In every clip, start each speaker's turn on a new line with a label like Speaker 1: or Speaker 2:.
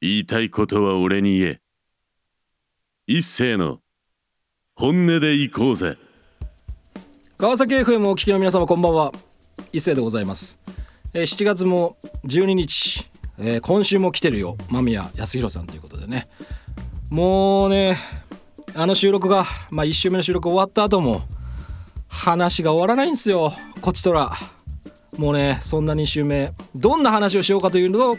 Speaker 1: 言いたいことは俺に言え。一斉の本音で行こうぜ。
Speaker 2: 川崎 FM をお聞きの皆様こんばんは一斉でございます、えー7月も12日、えー今週も来てるよ間宮康弘さんということでねもうねあの収録がまあ1週目の収録終わった後も話が終わらないんですよこちとらもうねそんな2週目どんな話をしようかというと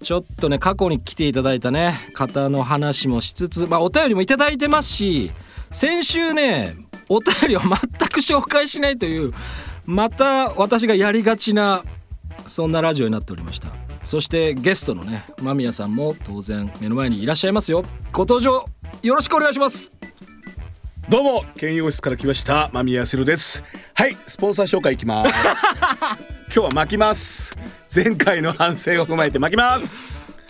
Speaker 2: ちょっとね過去に来ていただいたね方の話もしつつまあお便りもいただいてますし先週ねお便りを全く紹介しないというまた私がやりがちなそんなラジオになっておりましたそしてゲストのね間宮さんも当然目の前にいらっしゃいますよご登場よろしくお願いします
Speaker 3: どうも兼用室から来ました間宮セルですはいスポンサー紹介い きます今日は巻きます前回の反省を踏まえて巻きます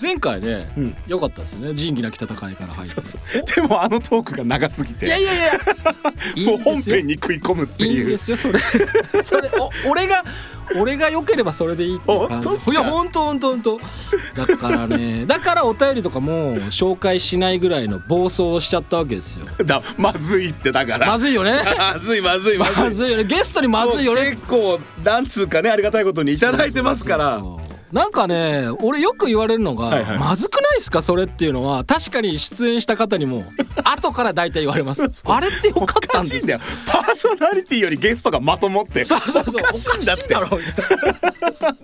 Speaker 2: 前回ね
Speaker 3: うん
Speaker 2: 良、かったですよね仁義なき戦いから入って
Speaker 3: でもあのトークが長すぎ
Speaker 2: いや
Speaker 3: て
Speaker 2: いやいやい
Speaker 3: も
Speaker 2: いん
Speaker 3: うい
Speaker 2: で
Speaker 3: 本
Speaker 2: すよ
Speaker 3: 編に食い込むって
Speaker 2: いいん
Speaker 3: い
Speaker 2: で
Speaker 3: う
Speaker 2: すよそれ それお俺が俺が良ければそれでいいっていう感じ
Speaker 3: 本当っすか
Speaker 2: いや本当本当本当だからね だからお便りとかも紹介しないぐらいの暴走をしちゃったわけ ですよ
Speaker 3: だまずいってだから
Speaker 2: まずいよね
Speaker 3: まずいまずいま
Speaker 2: まずいよねゲストにまずいよね
Speaker 3: 結構なんつうかねありがたいことにいただいてますから
Speaker 2: そうそうそうなんかね俺よく言われるのが、
Speaker 3: はいはい
Speaker 2: まずくないですかそれっていうのは確かに出演した方にも後から大体言われ ますあれってよか
Speaker 3: お
Speaker 2: った
Speaker 3: か
Speaker 2: ん
Speaker 3: し
Speaker 2: で
Speaker 3: いん
Speaker 2: す
Speaker 3: だ
Speaker 2: か
Speaker 3: よパーソナリティよりゲストがまともって
Speaker 2: そうそうそう
Speaker 3: おかしいんだって
Speaker 2: おかしいだろみたいな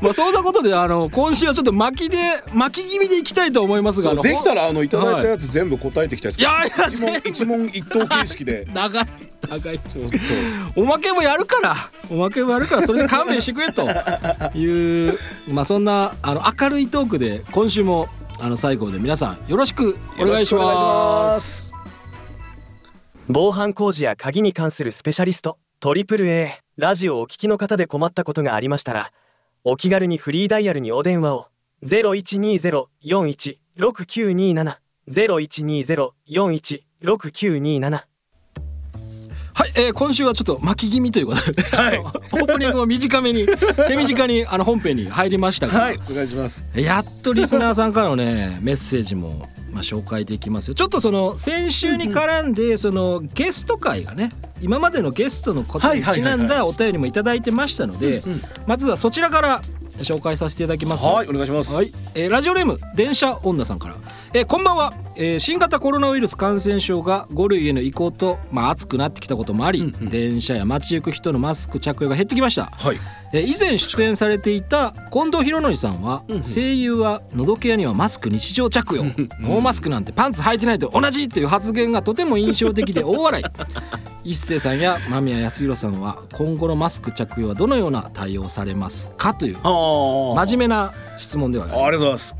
Speaker 2: まあそんなことであの今週はちょっと巻きで巻き気味でいきたいと思いますがあの
Speaker 3: できたらあのいただいた
Speaker 2: は
Speaker 3: やつ全部答えてきたんです
Speaker 2: い
Speaker 3: けど
Speaker 2: やいや
Speaker 3: 一問一問一答形式で
Speaker 2: 長い長い
Speaker 3: そうそう
Speaker 2: おまけもやるからおまけもやるからそれで勘弁してくれというまあそんなあの明るいトークで今週もあの最後まで皆さんよろしくお願いし
Speaker 3: よろしくお願いし
Speaker 2: ま。
Speaker 3: ます
Speaker 4: 防犯工事や鍵に関するスペシャリストトリプル a ラジオをお聞きの方で困ったことがありましたらお気軽にフリーダイヤルにお電話を0120-416927 0120-416927
Speaker 2: はい、えー今週はちょっと巻き気味ということで、あのオープニングを短めに手短にあの本編に入りましたが、
Speaker 3: はいお願いします
Speaker 2: やっとリスナーさんからのねメッセージも、まあ、紹介できますよちょっとその先週に絡んでそのゲスト会がね今までのゲストのことにちなんだお便りもいただいてましたのでまずはそちらから紹介させていただきます
Speaker 3: はいお願いします
Speaker 2: はい、えーラジオネーム電車女さんから、えーこんばんは、えー新型コロナウイルス感染症が5類への移行と、まあ、暑くなってきたこともあり、電車や街行く人のマスク着用が減ってきました、
Speaker 3: はい
Speaker 2: えー以前出演されていた近藤博之さんは、声優はのどけ屋にはマスク日常着用、ノーマスクなんてパンツ履いてないと同じという発言がとても印象的で大 笑い一星さんや間宮康弘さんは今後のマスク着用はどのような対応をされますかという
Speaker 3: あー
Speaker 2: 真面目な質問ではあります
Speaker 3: ありがとうございます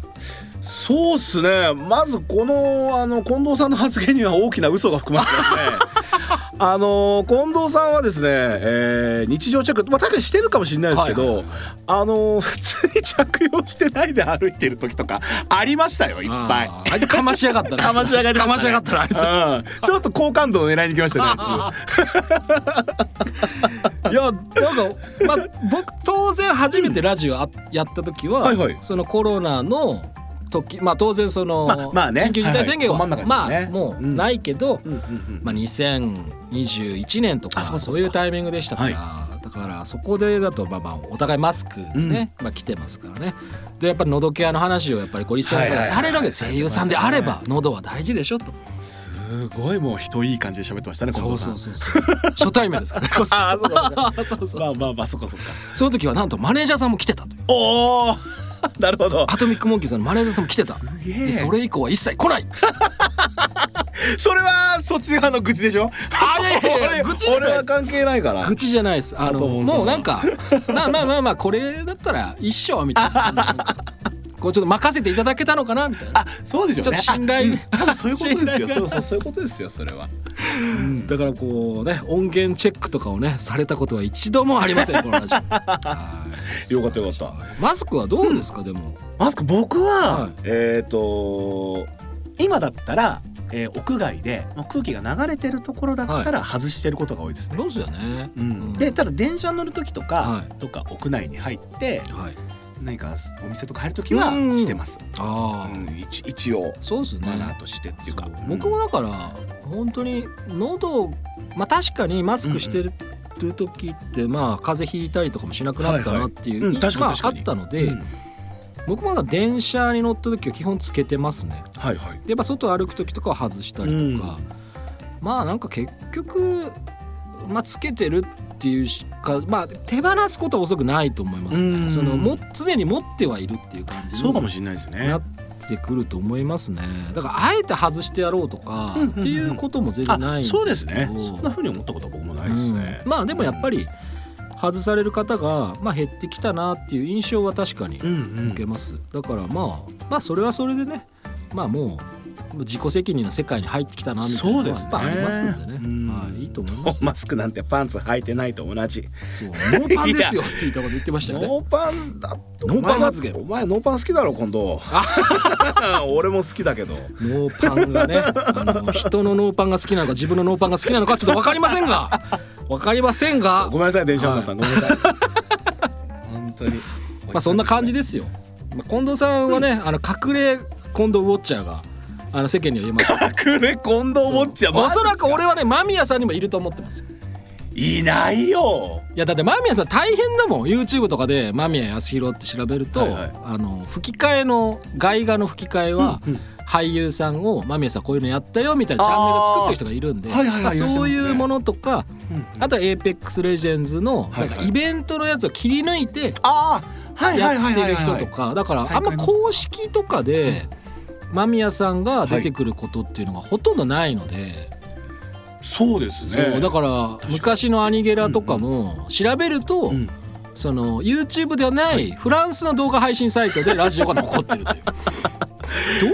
Speaker 3: そうっすねまずこのあの近藤さんの発言には大きな嘘が含まれてますね あの近藤さんはですね、えー日常着用、まあ、確かにしてるかもしれないですけど、
Speaker 2: はいはい
Speaker 3: あの普通に着用してないで歩いてる時とかありましたよいっぱい
Speaker 2: あ。ーあいつかましやがったなかましやがりかましやがったなあい
Speaker 3: うん、ちょっと好感度を狙いに来ましたねあ
Speaker 2: ついやなんかまあ僕当然初めてラジオあやった時は、
Speaker 3: はいはい
Speaker 2: そのコロナの時まあ当然その、
Speaker 3: まあまあね
Speaker 2: 緊急事態宣言は、
Speaker 3: はいはいど真ん中ですよね
Speaker 2: ま あもう
Speaker 3: うん
Speaker 2: ないけど、
Speaker 3: いつ、うんうん
Speaker 2: まあ、2021年とか
Speaker 3: あ
Speaker 2: そ
Speaker 3: そううそうそう
Speaker 2: いうタイミングでしたから、だからそこでだとまあまあお互いマスクね、まあ、来てますからねでやっぱり喉ケアの話をやっぱりごリスナーの方がされるわけです、
Speaker 3: はいは
Speaker 2: 声
Speaker 3: い
Speaker 2: 優
Speaker 3: はい
Speaker 2: さんであれば喉は大事でしょと。
Speaker 3: すごいもう人いい感じで喋ってましたね近
Speaker 2: そう
Speaker 3: 藤さ
Speaker 2: そうんそうそう初対面ですからねこっちは
Speaker 3: ああそう
Speaker 2: そうそう
Speaker 3: かそうか
Speaker 2: そう
Speaker 3: まあまあまあそっかそっか
Speaker 2: その時はなんとマネージャーさんも来てたという
Speaker 3: おお なるほど
Speaker 2: アトミックモンキーさんのマネージャーさんも来てた
Speaker 3: すげえ
Speaker 2: でそれ以降は一切来ない
Speaker 3: それはそっち側の愚痴でし ょ
Speaker 2: あいやいやいや
Speaker 3: 俺
Speaker 2: 愚痴じゃない
Speaker 3: 俺は関係ないから
Speaker 2: 愚痴じゃないですあ
Speaker 3: あ
Speaker 2: の
Speaker 3: と思うその
Speaker 2: もうなんかまあまあまあまあこれだったら一緒みたいな なんかこうちょっと任せていただけたのかなみたいな
Speaker 3: あそうでしょ
Speaker 2: ちょ
Speaker 3: う
Speaker 2: っと
Speaker 3: ね
Speaker 2: 信頼
Speaker 3: あ多分そういうこと です
Speaker 2: 信頼が
Speaker 3: よそうそうそういうことですよそれは
Speaker 2: だからこうね音源チェックとかをねされたことは一度もありま せんこのラジオはい
Speaker 3: よかったよかった
Speaker 2: マスクはどうですか、でも
Speaker 3: マスク僕は、
Speaker 2: はい
Speaker 3: えっ、と今だったら、えー屋外でもう空気が流れてるところだったら外してることが多いですね、
Speaker 2: ロスよね
Speaker 3: うんでただ電車乗る時とか、
Speaker 2: はい
Speaker 3: とか屋内に入って
Speaker 2: はい
Speaker 3: 何かお店とか入るときは
Speaker 2: うん
Speaker 3: してます、
Speaker 2: ああ、
Speaker 3: うん、一一応
Speaker 2: そうですね
Speaker 3: マナーとしてっていうか、うん
Speaker 2: 僕もだから本当に喉まあ確かにマスクしてる時ってまあ風邪ひいたりとかもしなくなったなっていう
Speaker 3: はいはいうん
Speaker 2: い
Speaker 3: 確かに
Speaker 2: まあ
Speaker 3: 確かに
Speaker 2: あったので、
Speaker 3: うん
Speaker 2: 僕もだから電車に乗った時は基本つけてますね。
Speaker 3: はいはい
Speaker 2: でやっぱ外歩く時とかは外したりとか、まあなんか結局、まあ、つけてるっていうしか、まあ、手放すことは遅くないと思います
Speaker 3: う
Speaker 2: ね
Speaker 3: ん
Speaker 2: そのも常に持ってはいるっていう感じに
Speaker 3: そうかもしれないですね
Speaker 2: なってくると思いますねだからあえて外してやろうとか
Speaker 3: うんうんうん
Speaker 2: っていうことも全然ないん
Speaker 3: あ
Speaker 2: けど
Speaker 3: そうですねそんな風に思ったことは僕もないですね、
Speaker 2: うんまあでもやっぱり外される方が、まあ、減ってきたなっていう印象は確かに
Speaker 3: うんうん
Speaker 2: 受けます、だからまあまあそれはそれでねまあもう自己責任の世界に入ってきたなみたいな
Speaker 3: そ
Speaker 2: の
Speaker 3: う
Speaker 2: は
Speaker 3: で
Speaker 2: や
Speaker 3: す
Speaker 2: っ
Speaker 3: ね
Speaker 2: ぱありますんでね
Speaker 3: うん
Speaker 2: はい、いいと思い ます
Speaker 3: マスクなんてパンツ履いてないと同じ
Speaker 2: そうノーパンですよって言ったこと言ってましたよね
Speaker 3: ノーパンだ
Speaker 2: ノーパン発言
Speaker 3: お前お前ノーパン好きだろ今 度俺も好きだけど
Speaker 2: ノーパンがねあの人のノーパンが好きなのか自分のノーパンが好きなのかちょっと分かりませんが分かりませんが
Speaker 3: ごめんなさい電車マンさん、ごめんなさい 本当に
Speaker 2: まあそんな感 じですよ。まあ、近藤さんはね、あの隠れ近藤ウォッチャーがあの世間には言えます。
Speaker 3: 隠れ近 藤ウォッチャー
Speaker 2: お
Speaker 3: マジ
Speaker 2: そ
Speaker 3: っすから
Speaker 2: く俺はね間宮さんにもいると思ってますよ
Speaker 3: いないよ
Speaker 2: いやだって間宮さん大変だもん YouTube とかで間宮康弘って調べると、
Speaker 3: はいはい
Speaker 2: あの吹き替えの外画の吹き替えは、俳優さんを間宮さんこういうのやったよみたいなチャンネル作ってる人がいるんで
Speaker 3: あーはいはいはい
Speaker 2: まあ
Speaker 3: いらっしゃい
Speaker 2: そ
Speaker 3: ま
Speaker 2: う
Speaker 3: すね
Speaker 2: いうものとか、あとは APEX レジェンズのなん
Speaker 3: はい
Speaker 2: か
Speaker 3: はい
Speaker 2: イベントのやつを切り抜いて
Speaker 3: ああは
Speaker 2: やってる人とかだからあんま
Speaker 3: 大会も
Speaker 2: 公式とかで間宮さんが出てくることっていうのがほとんどないので、
Speaker 3: そうです
Speaker 2: そう
Speaker 3: ね
Speaker 2: だから昔のアニゲラとかも調べると、
Speaker 3: ん
Speaker 2: その YouTube ではないフランスの動画配信サイトでラジオが残ってる というどうい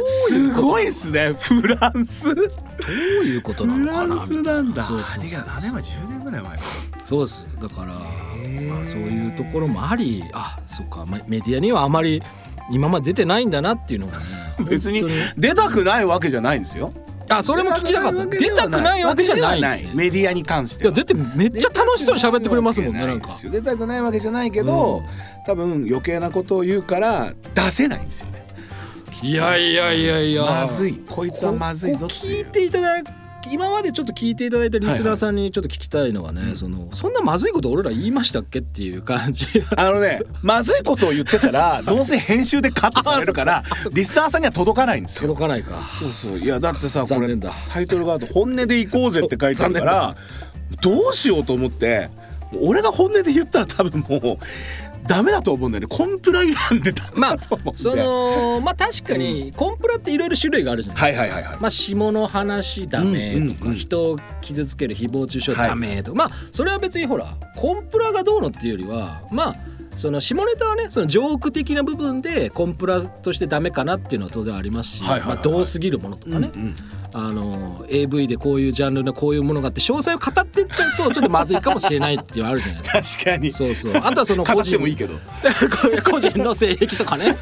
Speaker 3: す
Speaker 2: うこと
Speaker 3: ごいですねフランスフ
Speaker 2: どういうことなのか
Speaker 3: ラ
Speaker 2: なみ
Speaker 3: ン
Speaker 2: たい
Speaker 3: ス
Speaker 2: な
Speaker 3: なんだ
Speaker 2: そうそうそう
Speaker 3: あれが何年前10年ぐらい前か
Speaker 2: そうですだから、まあ、そういうところもありあそうかまメディアにはあまり今まで出てないんだなっていうのがね
Speaker 3: 別に
Speaker 2: 本当
Speaker 3: 出たくないわけじゃないんですよ
Speaker 2: あそれも聞きたかった出たくないわけじゃないんですね
Speaker 3: メディアに関し
Speaker 2: い
Speaker 3: て
Speaker 2: や
Speaker 3: は
Speaker 2: 出てめっちゃ楽しそうに喋ってくれますもんねなんか
Speaker 3: 出たくないわけじゃないけど、
Speaker 2: うん
Speaker 3: 多分余計なことを言うから出せないんですよね
Speaker 2: いやいやいやいや
Speaker 3: まずいこいつはまずいぞ
Speaker 2: こ
Speaker 3: っ
Speaker 2: こ
Speaker 3: てい
Speaker 2: 聞いうていただい今までちょっと聞いていただいたリスナーさんにちょっと聞きたいのはね、そのそんなまずいこと俺ら言いましたっけっていう感じ
Speaker 3: あのねまずいことを言ってたらどうせ編集でカットされるからリスナーさんには届かないんですよ
Speaker 2: 届かないか
Speaker 3: そうそういやだってさこ
Speaker 2: 残
Speaker 3: れ
Speaker 2: 念だ
Speaker 3: タイトルがあって「本音で行こうぜ」って書いてあるからどうしようと思って俺が本音で言ったら多分もうダメだと思うんだよねコンプライアンでダメ
Speaker 2: ま
Speaker 3: だ
Speaker 2: あ
Speaker 3: と思うんで
Speaker 2: そのまあ確かにコンプラっていろいろ種類があるじゃないで
Speaker 3: はい
Speaker 2: すか、
Speaker 3: はいはいはい
Speaker 2: まあ、下の話ダメとか、
Speaker 3: うんうんうん
Speaker 2: 人を傷つける誹謗中傷ダメとか、まあそれは別にほらコンプラがどうのっていうよりはまあその下ネタはねそのジョーク的な部分でコンプラとしてダメかなっていうのは当然ありますし、
Speaker 3: はいはいはい
Speaker 2: まあ、どうすぎるものとかね、あの AV でこういうジャンルのこういうものがあって詳細を語ってっちゃうとちょっとまずいかもしれないっていうのあるじゃないですか。
Speaker 3: 確かに
Speaker 2: そうそうあとはその
Speaker 3: 語
Speaker 2: 個
Speaker 3: って
Speaker 2: 人
Speaker 3: もいいけど
Speaker 2: 個人の性癖とか ね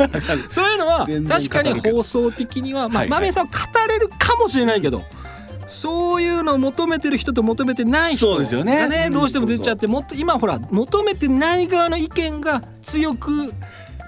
Speaker 2: そういうのは
Speaker 3: 全然
Speaker 2: 確か
Speaker 3: 語
Speaker 2: に
Speaker 3: るけど
Speaker 2: 放送的にはまあ
Speaker 3: はいはい
Speaker 2: 豆、さんは語れるかもしれないけどそういうのを求めてる人と求めてない人
Speaker 3: そうですよね
Speaker 2: が
Speaker 3: うん
Speaker 2: どうしても出ちゃってもっと今ほら求めてない側の意見が強く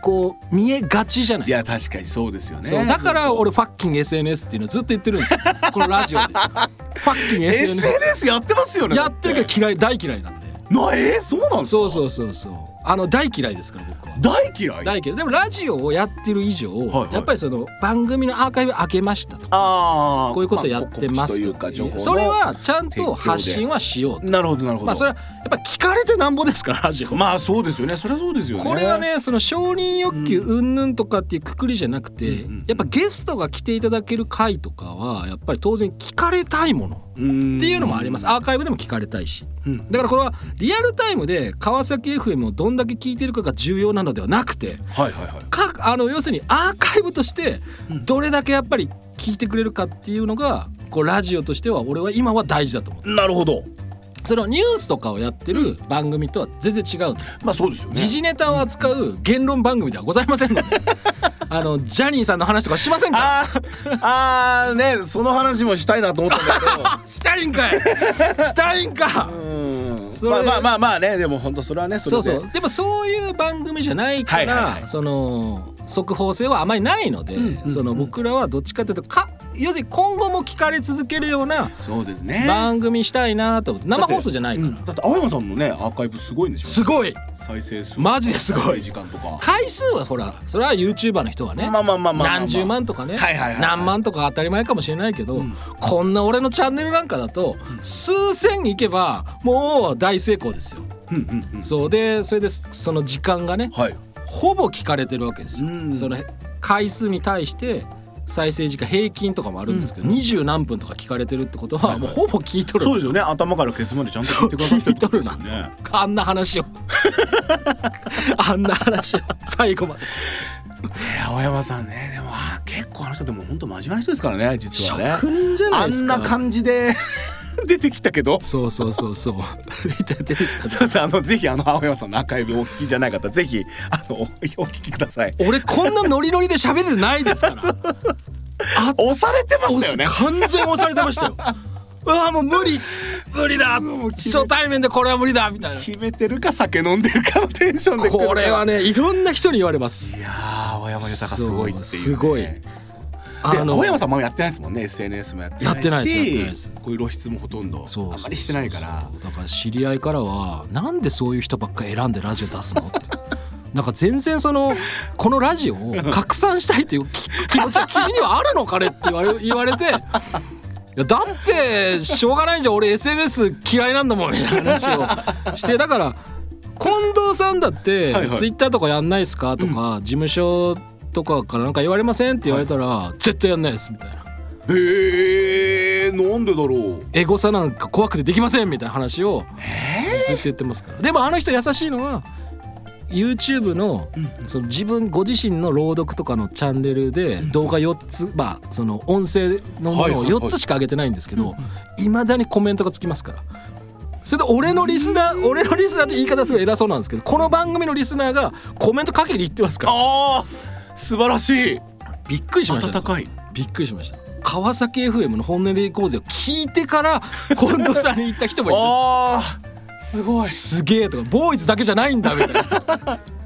Speaker 2: こう見えがちじゃない
Speaker 3: い
Speaker 2: です
Speaker 3: や
Speaker 2: か。
Speaker 3: 確かにそうですよね
Speaker 2: そうだから俺ファッキン SNS っていうのをずっと言ってるん ですよこのラジオでファッキン SNS
Speaker 3: SNS やってますよね
Speaker 2: やってるけど嫌い大嫌いなんで
Speaker 3: どなえーそうなんですか
Speaker 2: そうそうそうそうあの大嫌いですから僕は
Speaker 3: 大嫌い
Speaker 2: 大嫌いでもラジオをやってる以上、
Speaker 3: はいはい
Speaker 2: やっぱりその番組のアーカイブ開けましたとか
Speaker 3: ああ
Speaker 2: こういうことやってますと
Speaker 3: という
Speaker 2: か
Speaker 3: か情報の
Speaker 2: それはちゃんと発信はしようと
Speaker 3: なるほどなるほど
Speaker 2: まあそれはやっぱ聞かれてなんぼですからラジオ
Speaker 3: まあそうですよねそれはそうですよね
Speaker 2: これはねその承認欲求云々とかっていうくくりじゃなくて、
Speaker 3: うんうん
Speaker 2: やっぱゲストが来ていただける回とかはやっぱり当然聞かれたいもの
Speaker 3: っ
Speaker 2: って
Speaker 3: て
Speaker 2: いうのもありますアーカイブでも聞かれたいし、
Speaker 3: うん
Speaker 2: だからこれはリアルタイムで川崎 FM をどんだけ聞いてるかが重要なのではなくて
Speaker 3: はいはいはい
Speaker 2: かあの要するにアーカイブとしてどれだけやっぱり聞いてくれるかっていうのがこうラジオとしては俺は今は大事だと思う
Speaker 3: なるほど
Speaker 2: そのニュースとかをやってる番組とは全然違うの
Speaker 3: まあそうですよね
Speaker 2: 時事ネタを扱う言論番組ではございません のであのジャニーさんの話とかしませんから
Speaker 3: あーあーねその話もしたいなと思ったんだけど
Speaker 2: したいんかいしたいんか
Speaker 3: うーん
Speaker 2: それ
Speaker 5: まあまあまあまあねでも本当それはねそ
Speaker 2: そ
Speaker 5: れ
Speaker 2: う
Speaker 5: で
Speaker 2: そうでもそういう番組じゃないから、
Speaker 5: はいはいは
Speaker 2: その速報性はあまりないので、その僕らはどっちかというとか要するに今後も聞かれ続けるような
Speaker 3: そうですね
Speaker 2: 番組したいなと思って生放送じゃないから、
Speaker 3: うんだって青山さんのねアーカイブすごいんでしょ
Speaker 2: すごい
Speaker 3: 再生数
Speaker 2: マジですごい
Speaker 3: 再生時間とか
Speaker 2: 回数はほらそれは YouTuber の人はね、
Speaker 5: まあまあまあまあまあ
Speaker 2: 何十万とかね、
Speaker 3: はいはいはい
Speaker 2: 何万とか当たり前かもしれないけど、こんな俺のチャンネルなんかだと数千いけばもう大成功ですよ。そうでそれでその時間がね、
Speaker 3: はい
Speaker 2: ほぼ聞かれてるわけですよ。その回数に対して再生時間平均とかもあるんですけど、二十何分とか聞かれてるってことはもうほぼ聞いとる。
Speaker 3: そうですよね頭からケツまでちゃんと聞いてくださってるってことですよ
Speaker 2: そう聞
Speaker 3: ね
Speaker 2: あんな話 をあんな話を最後まで
Speaker 3: 青山さんねでもあー結構あの人でも本当真面目な人ですからね実はね
Speaker 2: 職人じゃない
Speaker 3: あ
Speaker 2: です
Speaker 3: ん
Speaker 2: か
Speaker 3: な感じで 出てきたけど
Speaker 2: そうそうそう そう出てきた
Speaker 3: そうそうあのぜひあの青山さんのアーカイブをお聞きじゃない方ぜひあのお聞きください
Speaker 2: 俺こんなノリノリで喋ってないです から
Speaker 3: 押されてましたよね
Speaker 2: 完全押されてました ようわもう無理無理だ初対面でこれは無理だみたいな
Speaker 3: 決めてるか酒飲んでるかのテンションで来る
Speaker 2: これはねいろんな人に言われます
Speaker 3: いやー青山豊すごいっていう、ね、
Speaker 2: そうすごい
Speaker 3: で
Speaker 2: あの
Speaker 3: 青山さんもやってないですもんね SNS もやってないし
Speaker 2: やってないですやってないです
Speaker 3: こういう露出もほとんど
Speaker 2: そうそうそうそう
Speaker 3: あんまりしてないから
Speaker 2: だから知り合いからはなんでそういう人ばっかり選んでラジオ出すのって なんか全然そのこのラジオを拡散したいというき気持ちは君にはあるのかねって言われ言われて。いやだってしょうがないじゃん俺 SNS 嫌いなんだもんみたいな話をしてだから近藤さんだって
Speaker 3: はいはい
Speaker 2: ツイッターとかやんないですかとか事務所とかからなんか言われませんって言われたら絶対やんないですみたいな
Speaker 3: へえー、なんでだろう
Speaker 2: エゴサなんか怖くてできませんみたいな話をずっと言ってますから、でもあの人優しいのは YouTube のその自分ご自身の朗読とかのチャンネルで動画4つまあその音声のものを4つしか上げてないんですけどいまだにコメントがつきますから。それで俺のリスナー俺のリスナーって言い方すごい偉そうなんですけどこの番組のリスナーがコメントかけに行ってますから
Speaker 3: あー素晴らしい
Speaker 2: びっくりしました
Speaker 3: 温かい
Speaker 2: びっくりしました川崎 FM の「本音でいこうぜ」を聞いてから近藤さんに行った人もいる
Speaker 3: あーすごい
Speaker 2: すげえとかボーイズだけじゃないんだみたいな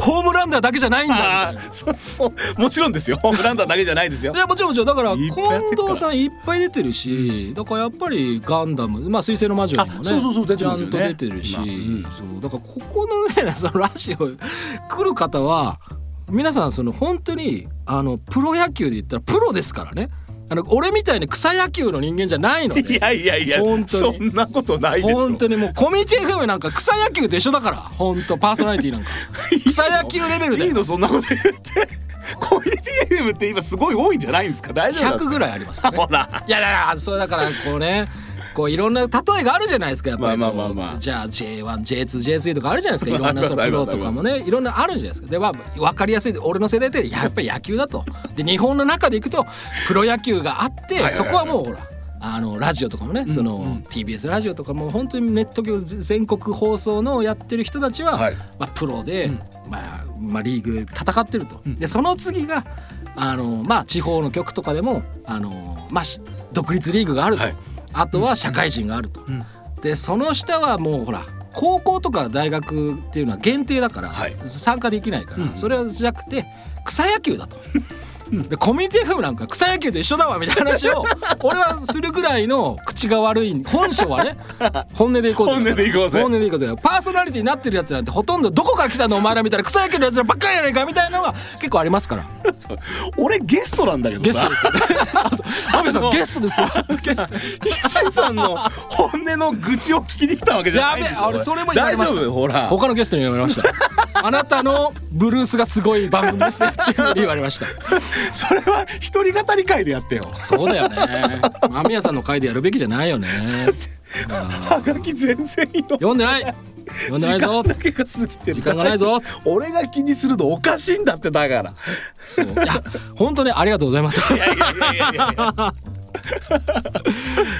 Speaker 2: ホームランダーだけじゃないんだ
Speaker 3: あ
Speaker 2: みたいな。
Speaker 3: ーそうそうもちろんですよ ホームランダーだけじゃないですよ
Speaker 2: いやもちろんもちろんだから
Speaker 3: いっぱいやってるから
Speaker 2: 近藤さんいっぱい出てるしだからやっぱりガンダムまあ水星の魔女にもね
Speaker 3: あそうそうそう出て
Speaker 2: ちゃ
Speaker 3: ますよ
Speaker 2: ん
Speaker 3: ね
Speaker 2: と出てるし、
Speaker 3: 今うん
Speaker 2: そうだからここのねそのラジオ来る方は皆さんその本当にあのプロ野球で言ったらプロですからねあの俺みたいに草野球の人間じゃないの
Speaker 3: い
Speaker 2: で
Speaker 3: やいやいや
Speaker 2: 本当
Speaker 3: そ
Speaker 2: に
Speaker 3: んなことないでしょ
Speaker 2: 本当にもうコミュニティ FM なんか草野球と一緒だから本当パーソナリテ ィなんか草野球レベルで
Speaker 3: いいのそんなこと言ってコミュニティ FM って今すごい多いんじゃないんですか大丈夫なんで
Speaker 2: 100
Speaker 3: すか
Speaker 2: ぐらいありますからね
Speaker 3: ほら
Speaker 2: いやいやいやそうだからこうねこういろんな例えがあるじゃないですかやっぱりこ
Speaker 3: まあ
Speaker 2: う
Speaker 3: まあまあまあ
Speaker 2: じゃあ J1J2J3 とかあるじゃないですかいろんなその
Speaker 3: あ
Speaker 2: プ
Speaker 3: りま
Speaker 2: ロ
Speaker 3: すあ
Speaker 2: と
Speaker 3: ります
Speaker 2: かもねいろんなあるじゃないですかでまあ分かりやすい俺の世代ってやっぱり野球だとで日本の中でいくとプロ野球があってそこはもうほらあのラジオとかもね、その TBS ラジオとかも本当にネット局全国放送のやってる人たちは、
Speaker 3: はい
Speaker 2: まあ、プロで、まあまあ、リーグ戦ってると、でその次があの、まあ、地方の局とかでもあの、まあ、し独立リーグがあると、
Speaker 3: はい
Speaker 2: あとは社会人があると、でその下はもうほら高校とか大学っていうのは限定だから、
Speaker 3: はい
Speaker 2: 参加できないから、それはじゃなくて草野球だと。でコミュニティ FM なんか草野球と一緒だわみたいな話 を俺はするぐらいの口が悪い本性 はね本音でいこうぜ
Speaker 3: 本音でいこうぜ
Speaker 2: 本音でいこうぜパーソナリティになってるやつなんてほとんどどこから来たのお前らみたいな草野球のやつらばっかりやないかみたいなのは結構ありますから
Speaker 3: 俺ゲストなんだけど
Speaker 2: ゲスト
Speaker 3: さ
Speaker 2: ですよね阿部さんゲストですよ
Speaker 3: 伊勢さんの本音の愚痴を聞きに来たわけじゃないんですよ
Speaker 2: やべえ俺それも言われました
Speaker 3: 大丈夫ほら
Speaker 2: 他のゲストに言われましたあなたのブルースがすごい番組ですねっていうふうに言われました
Speaker 3: それは一人語り会でやってよ
Speaker 2: そうだよね間宮さんの回でやるべきじゃないよね
Speaker 3: はがき全然いいの
Speaker 2: 読んでない読んで
Speaker 3: 時
Speaker 2: ないぞ
Speaker 3: 間だけが過ぎてる
Speaker 2: 時間がないぞ
Speaker 3: 俺が気にするのおかしいんだってだから
Speaker 2: そういや本当にありがとうございます。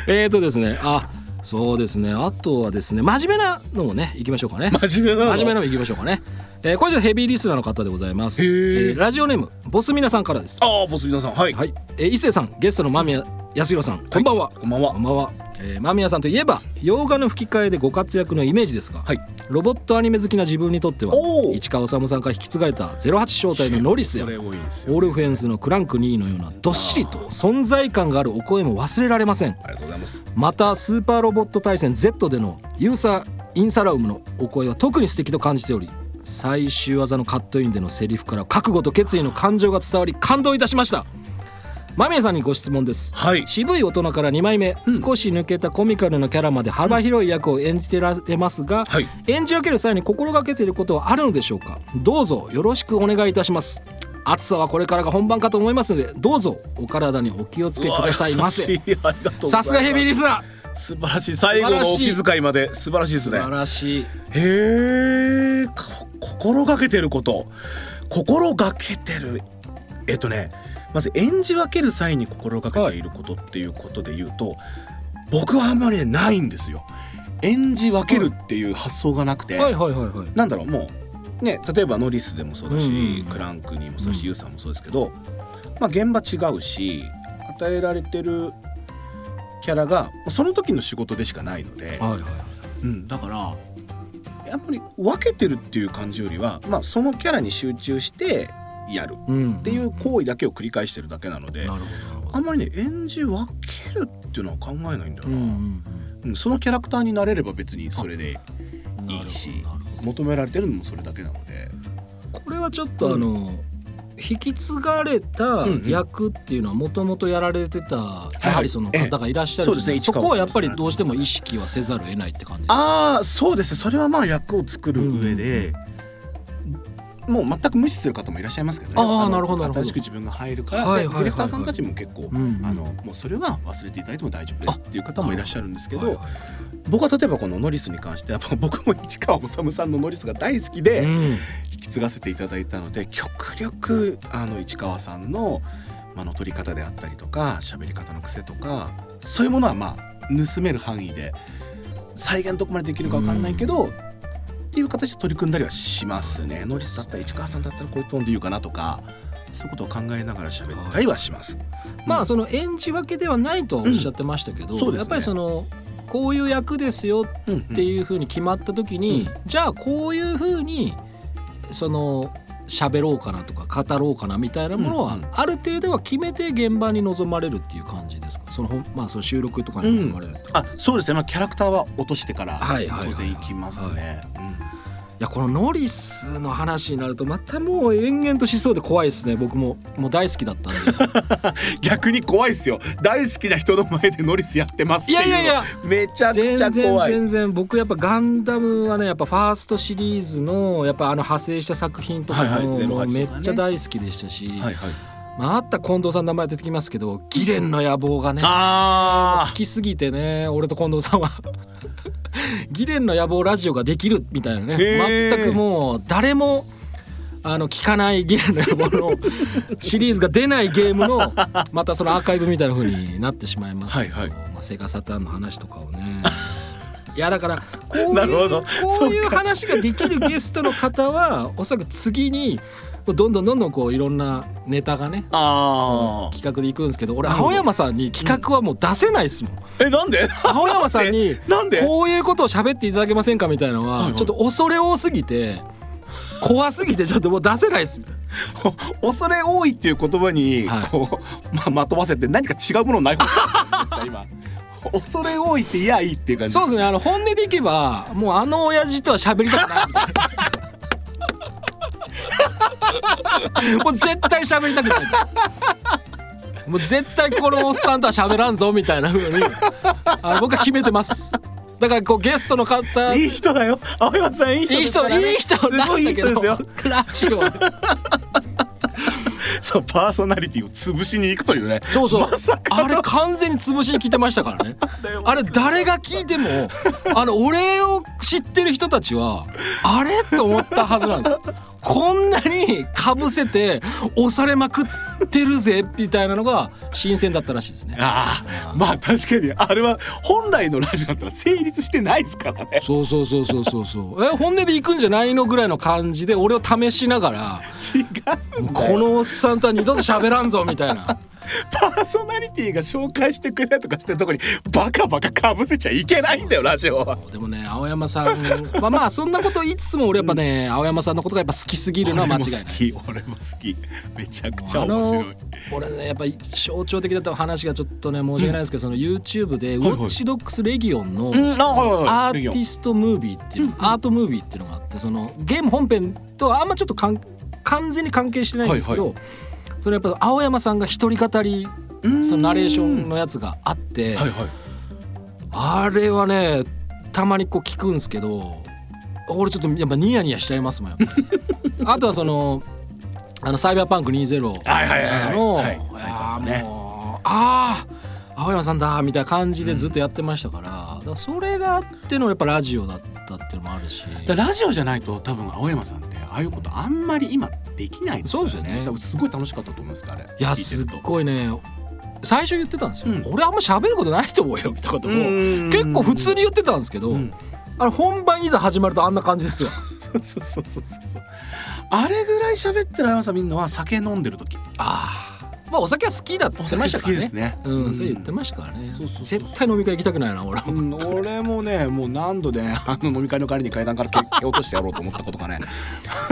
Speaker 2: えーとですねあそうですねあとはですね真面目なのもねいきましょうかね。
Speaker 3: 真面目なの
Speaker 2: 真面目なのいきましょうかね。えーこれじゃヘビーリスナーの方でございます。えーラジオネームボスミナさんからです。
Speaker 3: ああボス皆さんはい、
Speaker 2: はい、えー、伊勢さんゲストの間宮康弘さんこんばんは。
Speaker 3: こんばんは
Speaker 2: こんばんは、ええー、間宮さんといえば洋画の吹き替えでご活躍のイメージですが、
Speaker 3: はい
Speaker 2: ロボットアニメ好きな自分にとっては
Speaker 3: おー
Speaker 2: 市川治さんから引き継がれた「08小隊」のノリスや
Speaker 3: それ多いですよ
Speaker 2: オールフェンスのクランク2のようなどっしりと存在感があるお声も忘れられません
Speaker 3: ありがとうございます
Speaker 2: またスーパーロボット対戦 Z でのユーサーインサラウムのお声は特に素敵と感じており最終技のカットインでのセリフから覚悟と決意の感情が伝わり感動いたしました間宮さんにご質問です
Speaker 3: はい
Speaker 2: 渋い大人から2枚目、少し抜けたコミカルなキャラまで幅広い役を演じてられますが、
Speaker 3: はい
Speaker 2: 演じ分ける際に心がけていることはあるのでしょうかどうぞよろしくお願いいたします暑さはこれからが本番かと思いますのでどうぞお体にお気をつけくださいま
Speaker 3: うわ優
Speaker 2: せ
Speaker 3: しいありがとうござい
Speaker 2: さ
Speaker 3: ま
Speaker 2: すがヘビーリスナー
Speaker 3: 素晴らしい最後のお気遣いまで素晴らしいです
Speaker 2: 素
Speaker 3: ね
Speaker 2: 晴らしい
Speaker 3: へえ心がけてること心がけてるえっとねまず演じ分ける際に心がけていることっていうことで言うと、僕はあんまりねないんですよ演じ分けるっていう発想がなくて、
Speaker 2: はいはいはいはい
Speaker 3: なんだろうもうね例えばノリスでもそうだし、
Speaker 2: うんうん
Speaker 3: クランクにもそうだし、
Speaker 2: うん
Speaker 3: ユウさんもそうですけど、まあ、現場違うし与えられてるキャラがその時の仕事でしかないので、
Speaker 2: はいはい
Speaker 3: うん、だからやっぱり分けてるっていう感じよりは、まあ、そのキャラに集中してやる
Speaker 2: うん
Speaker 3: っていう行為だけを繰り返してるだけなので、
Speaker 2: なるほどなるほど
Speaker 3: あんまりね演じ分けるっていうのは考えないんだよ
Speaker 2: うんう
Speaker 3: な、
Speaker 2: ん
Speaker 3: うんそのキャラクターになれれば別にそれでいいし求められてるのもそれだけなので。
Speaker 2: これはちょっとあの、引き継がれた役っていうのはもともとやられてた、やはりその
Speaker 3: ええ
Speaker 2: 方がいらっしゃるじゃない
Speaker 3: そうですね
Speaker 2: そこはやっぱりどうしても意識はせざるを得ないって感じ
Speaker 3: ああそうですねそれはまあ役を作る上で、もう全く無視する方もいらっしゃいますけどね
Speaker 2: あー
Speaker 3: の
Speaker 2: なるほどなるほど
Speaker 3: 新しく自分が入るから、
Speaker 2: はい
Speaker 3: で
Speaker 2: はいはいはい
Speaker 3: ディレクターさんたちも結構、
Speaker 2: うん
Speaker 3: あのもうそれは忘れていただいても大丈夫ですっていう方もいらっしゃるんですけど、
Speaker 2: はいは
Speaker 3: 僕は例えばこのノリスに関してはやっぱ 僕も市川治さんのノリスが大好きで、
Speaker 2: いうん
Speaker 3: 引き継がせていただいたので極力あの市川さんの間の取り方であったりとか喋り方の癖とかそういうものはまあ盗める範囲で再現どこまでできるかわかんないけど、っていう形で取り組んだりはしますね。ノリスだったら市川さんだったらこういうトーンで言うかなとかそういうことを考えながら喋ったりはします。
Speaker 2: まあその演じ分けではないとはおっしゃってましたけど、
Speaker 3: うんそうですね
Speaker 2: やっぱりそのこういう役ですよっ
Speaker 3: うんうん
Speaker 2: ていうふうに決まった時に、じゃあこういうふうにその喋ろうかなとか語ろうかなみたいなものは
Speaker 3: うんうん
Speaker 2: ある程度は決めて現場に臨まれるっていう感じですかそのほんまあその収録とかに臨まれるって、い
Speaker 3: あそうですね、まあ、キャラクターは落としてから
Speaker 2: はいはいはい
Speaker 3: 当然いきますね。うん
Speaker 2: やこのノリスの話になるとまたもう延々としそうで怖いですね僕ももう大好きだったん で
Speaker 3: 逆に怖いですよ大好きな人の前でノリスやってますっていう
Speaker 2: いやいやいや
Speaker 3: めちゃく
Speaker 2: 全
Speaker 3: ちゃ
Speaker 2: 然
Speaker 3: 怖い
Speaker 2: 全然僕やっぱガンダムはねやっぱファーストシリーズのやっぱあの派生した作品とか
Speaker 3: はい
Speaker 2: も
Speaker 3: はい08
Speaker 2: もうめ
Speaker 3: と
Speaker 2: っ
Speaker 3: かね
Speaker 2: ちゃ大好きでしたし、
Speaker 3: はいはい
Speaker 2: まあ、あった近藤さんの名前出てきますけどギレンの野望がね好
Speaker 3: あ
Speaker 2: きすぎてね俺と近藤 さんはギレンの野望ラジオができるみたいなね
Speaker 3: へー
Speaker 2: 全くもう誰もあの聞かないギレンの野望のシリーズが出ないゲームのまたそのアーカイブみたいな風になってしまいますけど、
Speaker 3: はいは
Speaker 2: まあ、セガサターンの話とかをねいやだからこう
Speaker 3: ないるほ
Speaker 2: う
Speaker 3: ど
Speaker 2: こういう話ができるゲストの方はおそらく次にどんどんどんどんこういろんなネタがね
Speaker 3: あ
Speaker 2: 企画で行くんですけど俺青山さんに企画はもう出せないですもん、
Speaker 3: えなんで
Speaker 2: 青山さん に
Speaker 3: なんで
Speaker 2: こういうことを喋っていただけませんかみたいなの
Speaker 3: はいは
Speaker 2: はいちょっと恐れ多すぎて怖すぎてちょっともう出せないですみたいな
Speaker 3: 恐れ多いっていう言葉に
Speaker 2: はい
Speaker 3: こう、ままとわせて何か違うものないかと思った今恐れ多いっていやいいっていう感じ
Speaker 2: そうですねあの本音でいけばもうあの親父とは喋りたくないみたいな もう絶対喋りたくないもう絶対このおっさんとは喋らんぞみたいな風にあの僕は決めてますだからこうゲストの方
Speaker 3: いい人だよ青山さんいい人
Speaker 2: いい
Speaker 3: です
Speaker 2: 人、
Speaker 3: からね
Speaker 2: いい人
Speaker 3: す
Speaker 2: な
Speaker 3: ごい
Speaker 2: んだ
Speaker 3: いい
Speaker 2: け
Speaker 3: 人
Speaker 2: ど
Speaker 3: ですよ
Speaker 2: ラジオは
Speaker 3: そうパーソナリティを潰しに行くというね
Speaker 2: そうそう、
Speaker 3: まさか
Speaker 2: あれ完全に潰しに聞いてましたからねあれ誰が聞いてもあの俺を知ってる人たちはあれと思ったはずなんですこんなにかぶせて押されまくってるぜみたいなのが新鮮だったらしいですね
Speaker 3: ああまあ確かにあれは本来のラジオだったら成立してないですからね
Speaker 2: そうそうそうそうそうそうえ本音で行くんじゃないのぐらいの感じで俺を試しながら
Speaker 3: 違う
Speaker 2: このおっさんとは二度と喋らんぞみたいな
Speaker 3: パーソナリティが紹介してくれたりとかしてるとこにバカバカかぶせちゃいけないんだよラジオは。
Speaker 2: でもね青山さん まあまあそんなこと言いつつも俺やっぱね、青山さんのことがやっぱ好きすぎるのは間違いないです
Speaker 3: 俺も好き俺も好きめちゃくちゃ
Speaker 2: あ
Speaker 3: 面白
Speaker 2: の
Speaker 3: い。
Speaker 2: 俺ねやっぱり象徴的だった話がちょっとね申し訳ないですけど、その YouTube で「ウォッチドックスレギオン」の
Speaker 3: うんあはいはいはい
Speaker 2: アーティストムービーっていうのアートムービーっていうのがあってそのゲーム本編とはあんまちょっとかん完全に関係してないんですけど、それやっぱ青山さんが一人語りそのナレーションのやつがあって、
Speaker 3: はいはい。
Speaker 2: あれはねたまにこう聞くんですけど俺ちょっとやっぱニヤニヤしちゃいますもん やっぱりあとはそのあのサイバーパンク20
Speaker 3: はいはいはいはい
Speaker 2: の、
Speaker 3: はい
Speaker 2: い
Speaker 3: サイ
Speaker 2: や
Speaker 3: バー
Speaker 2: ー
Speaker 3: ね
Speaker 2: もうああ青山さんだみたいな感じでずっとやってましたから,、だからそれがあってのやっぱラジオだったっていうのもあるし
Speaker 3: だからラジオじゃないと多分青山さんってああいうことあんまり今できないですか
Speaker 2: そう
Speaker 3: らね
Speaker 2: ですよね
Speaker 3: 多分すごい楽しかったと思うんですからあれ
Speaker 2: いや
Speaker 3: 聞
Speaker 2: す
Speaker 3: い
Speaker 2: って
Speaker 3: ると
Speaker 2: ごいね最初言ってたんですよ、
Speaker 3: うん
Speaker 2: 俺あんま喋ることないと思うよみたいなことを
Speaker 3: うんうんうん
Speaker 2: 結構普通に言ってたんですけど、
Speaker 3: うん
Speaker 2: あれ本番いざ始まるとあんな感じですよ
Speaker 3: そうそうそうそうそうあれぐらい喋ってる青山さんみんなは酒飲んでる時
Speaker 2: ああまあお酒は好きだって言ってました
Speaker 3: 好
Speaker 2: か
Speaker 3: き
Speaker 2: ら
Speaker 3: で
Speaker 2: ね
Speaker 3: すね
Speaker 2: うん、それ言ってましたからね
Speaker 3: そうそうそう
Speaker 2: 絶対飲み会行きたくないな俺は
Speaker 3: うん、俺もねもう何度ね あの飲み会の帰りに階段から蹴蹴落としてやろうと思ったことがね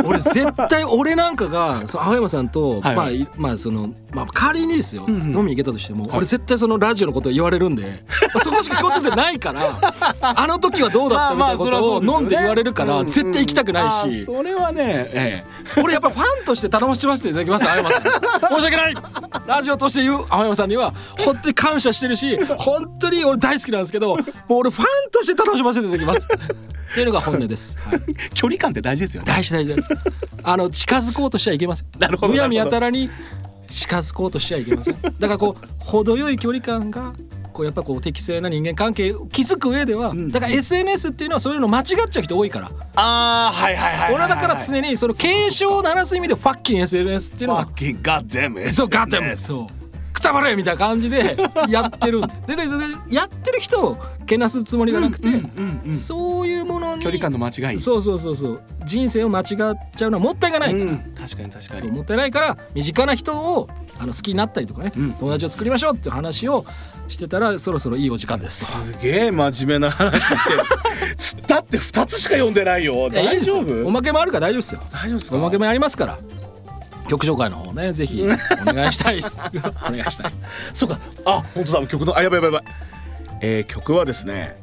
Speaker 2: 俺絶対俺なんかがその青山さんと、
Speaker 3: はいはい
Speaker 2: まあ、まあその、まあ、仮にですよ、
Speaker 3: んうん
Speaker 2: 飲み行けたとしても、俺絶対そのラジオのことを言われるんで、そこしか共通点ないから あの時はどうだったみたいなことを飲んで言われるから、絶対行きたくないし、
Speaker 3: あそれはねえ
Speaker 2: 俺やっぱファンとして頼ましませていただきます青山さん に申し訳ないラジオとして言う青山さんには本当に感謝してるし本当に俺大好きなんですけどもう俺ファンとして楽しませていただきます っていうのが本音です、はい、
Speaker 3: え距離感って大事ですよね
Speaker 2: 大事大事大事あの近づこうとしてはいけません
Speaker 3: なるほど
Speaker 2: むやみや
Speaker 3: なるほど
Speaker 2: たらに近づこうとしてはいけませんだからこう程よい距離感がこうやっぱこう適正な人間関係を築く上では、だから SNS っていうのはそういうの間違っちゃう人多いから
Speaker 3: ああはいはいはいはい
Speaker 2: 俺
Speaker 3: はい
Speaker 2: はだから常にその警鐘を鳴らす意味でファッキン SNS っていうの
Speaker 3: バ
Speaker 2: が
Speaker 3: ッキンガッデム
Speaker 2: そうガッテムそうくたばれみたいな感じでやってるんですででそれやってる人をけなすつもりがなくて、そういうものに
Speaker 3: 距離感の間違い
Speaker 2: そうそうそうそう人生を間違っちゃうのはもったいがない、
Speaker 3: うん、確かに確か
Speaker 2: そう
Speaker 3: に
Speaker 2: もったいないから身近な人をあの好きになったりとかね、
Speaker 3: うん
Speaker 2: 友達を作りましょうっていう話をしてたらそろそろいいお時間です
Speaker 5: すげえ真面目な話して るつったって2つしか読んでないよ
Speaker 2: いやいい
Speaker 5: 大
Speaker 2: ですよ
Speaker 5: 丈夫
Speaker 2: おまけもあるから大丈夫ですよ
Speaker 5: 大丈夫です
Speaker 2: お
Speaker 5: か
Speaker 2: まけもやりますから曲紹介の方ねぜひお願いしたいですお願いしたい
Speaker 5: そうかあ本当だ曲のあやばいやばいやばいえー、曲はですね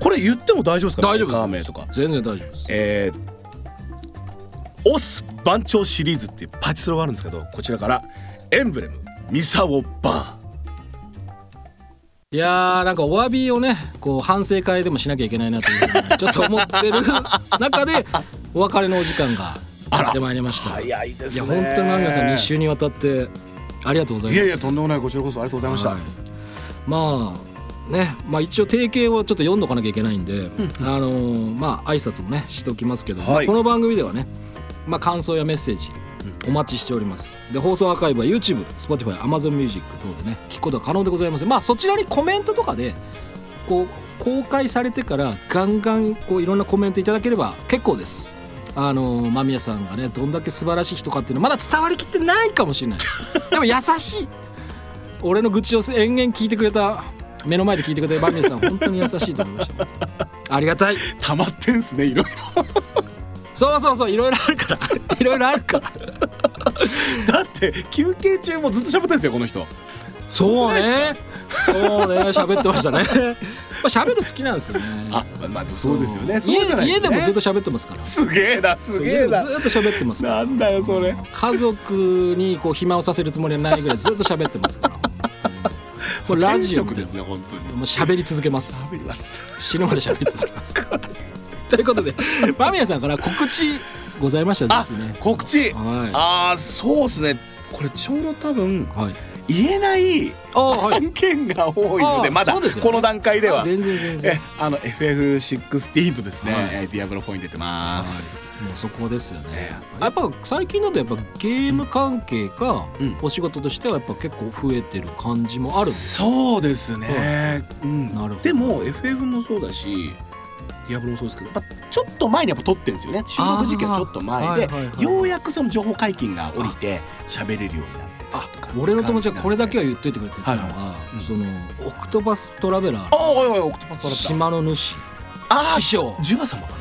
Speaker 5: これ言っても大丈夫ですか
Speaker 2: 大丈夫で
Speaker 5: メ
Speaker 2: す
Speaker 5: ーカー名とか
Speaker 2: 全然大丈夫です
Speaker 5: えーオス番長シリーズっていうパチスロがあるんですけどこちらからエンブレムミサオバ
Speaker 2: いやーなんかお詫びをねこう反省会でもしなきゃいけないなというふうにちょっと思ってる中でお別れのお時間がやってまいりました
Speaker 5: ー
Speaker 2: い
Speaker 5: 早いで
Speaker 2: や
Speaker 5: すね
Speaker 2: 本当に間宮さん2週にわたってありがとうございます
Speaker 3: いやいやとんでもないこちらこそありがとうございました、
Speaker 2: はいまあねまあ一応定型をちょっと読んどかなきゃいけないんで、あのーまあ挨拶もねしておきますけど、
Speaker 5: はい
Speaker 2: この番組ではね、まあ、感想やメッセージお待ちしておりますで放送アーカイブは YouTube、Spotify、AmazonMusic 等でね聞くことが可能でございますまあそちらにコメントとかでこう公開されてからガンガンこういろんなコメントいただければ結構ですあのー間宮さんがねどんだけ素晴らしい人かっていうのはまだ伝わりきってないかもしれないでも優しい俺の愚痴を延々聞いてくれた目の前で聞いてくれたバミさん本当に優しいと思いましたありがたい
Speaker 3: 溜まってんすねいろいろ
Speaker 2: そうそうそういろいろあるから いろいろあるから
Speaker 3: だって休憩中もずっと喋ってんですよこの人
Speaker 2: そうねそうね喋ってましたねまあ喋るの好きなんですよね
Speaker 3: あまあそうですよね
Speaker 2: そう
Speaker 3: そうじゃない
Speaker 2: 家家でもずっ
Speaker 3: と
Speaker 2: と喋ってますから
Speaker 3: すげえなすげえな
Speaker 2: そう家でもずっと喋ってますから
Speaker 3: なんだよそれ
Speaker 2: 家族にこう暇をさせるつもりはないぐらいずっと喋ってます から本当にもうラジオ
Speaker 3: 天職
Speaker 2: みたい
Speaker 3: で
Speaker 2: な
Speaker 3: すね本当に
Speaker 2: もう喋り続けます
Speaker 3: 喋ります
Speaker 2: 死ぬまで喋り続けます。 ということで、間宮さんから告知ございましたら
Speaker 3: あ
Speaker 2: ぜひね。
Speaker 3: 告知
Speaker 2: は
Speaker 3: あーそうっすねこれちょうど多分
Speaker 2: い。はい。
Speaker 3: 言えない
Speaker 2: あ、はい。
Speaker 3: 案件が多いの
Speaker 2: あ
Speaker 3: でまだ
Speaker 2: そうですよね
Speaker 3: この段階では
Speaker 2: 全然全
Speaker 3: え
Speaker 2: 然。
Speaker 3: あの FF16 とですね
Speaker 2: はい
Speaker 3: えーディアブロ4に出てます
Speaker 2: もうそこですよね
Speaker 3: え。
Speaker 2: やっぱ最近だとやっぱゲーム関係か
Speaker 3: うん
Speaker 2: お仕事としてはやっぱ結構増えてる感じもあるんです。
Speaker 3: そうですね、うん
Speaker 2: なるほど
Speaker 3: でも FF もそうだしディアブロもそうですけど、まあ、ちょっと前にやっぱ撮ってるんですよね収録時期はちょっと前で、
Speaker 2: はいはいはい
Speaker 3: ようやくその情報解禁が降りて喋れるようになって
Speaker 2: あ
Speaker 3: とか
Speaker 2: 俺の友達はこれだけは言っといてくれって言ってたのは、
Speaker 3: いうん
Speaker 2: そのオクトパストラベラ
Speaker 3: あ
Speaker 2: ー
Speaker 3: あおいおいオクトパスト
Speaker 2: の
Speaker 3: ラッ
Speaker 2: 島の主
Speaker 3: ターあ
Speaker 2: 師匠
Speaker 3: あジュバ様かな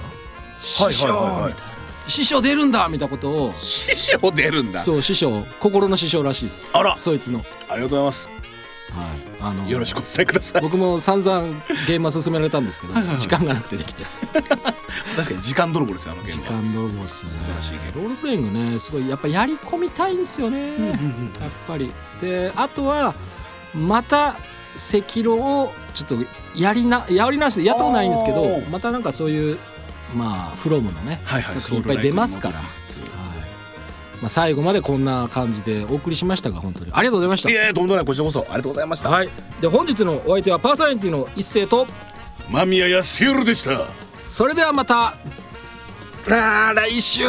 Speaker 2: 師匠
Speaker 5: はいはいはいはい
Speaker 2: みたいな師匠出るんだみたいなことを
Speaker 3: 師匠出るんだ
Speaker 2: そう師匠心の師匠らしいです
Speaker 3: あら
Speaker 2: そいつの、はい、
Speaker 5: ありがとうございます
Speaker 2: あの
Speaker 3: よろしくお伝えください
Speaker 2: 僕も散々ゲームは進められたんですけど
Speaker 3: いはいはい
Speaker 2: 時間がなくてできてます
Speaker 3: 確かに 時間泥棒ですよあのゲ
Speaker 2: 時
Speaker 3: ームは
Speaker 2: 間泥棒っす
Speaker 3: 素
Speaker 2: ね
Speaker 3: 晴らしいゲー
Speaker 2: ロー
Speaker 3: ムで
Speaker 2: ル
Speaker 3: す
Speaker 2: プレイングねすごいやっぱやり込みたいんですよね、
Speaker 3: うんう
Speaker 2: やっ
Speaker 3: んうん
Speaker 2: ぱりであとはまた赤炉をちょっとやりなやりなしてやったことないんですけ
Speaker 3: お
Speaker 2: ど
Speaker 3: ー
Speaker 2: またなんかそういうまあフロムのね、
Speaker 3: はいはい
Speaker 2: いっぱい出ますから
Speaker 3: ソウルライトも出つ
Speaker 2: はいまあ、最後までこんな感じでお送りしましたが本当にありがとうございまし
Speaker 3: ついやいやとんでもないこちらこそありがとうございました
Speaker 2: たはいで本日のお相手はパーソナリティの一斉と
Speaker 3: 間宮康弘でした
Speaker 2: それではまたあー来週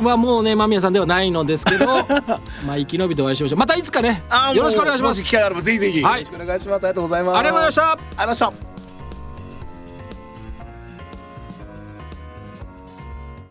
Speaker 2: はもうね間宮さんではないのです けどまあ生き延びてお会いしましょうまたいつかね
Speaker 3: あーもう
Speaker 2: よろしくお願いしま
Speaker 3: もし機
Speaker 2: す
Speaker 3: 会あればぜひぜひ、
Speaker 2: はい
Speaker 3: よろしくお願いしますありがとうございます
Speaker 2: ありがとうございました
Speaker 3: ありがとうございました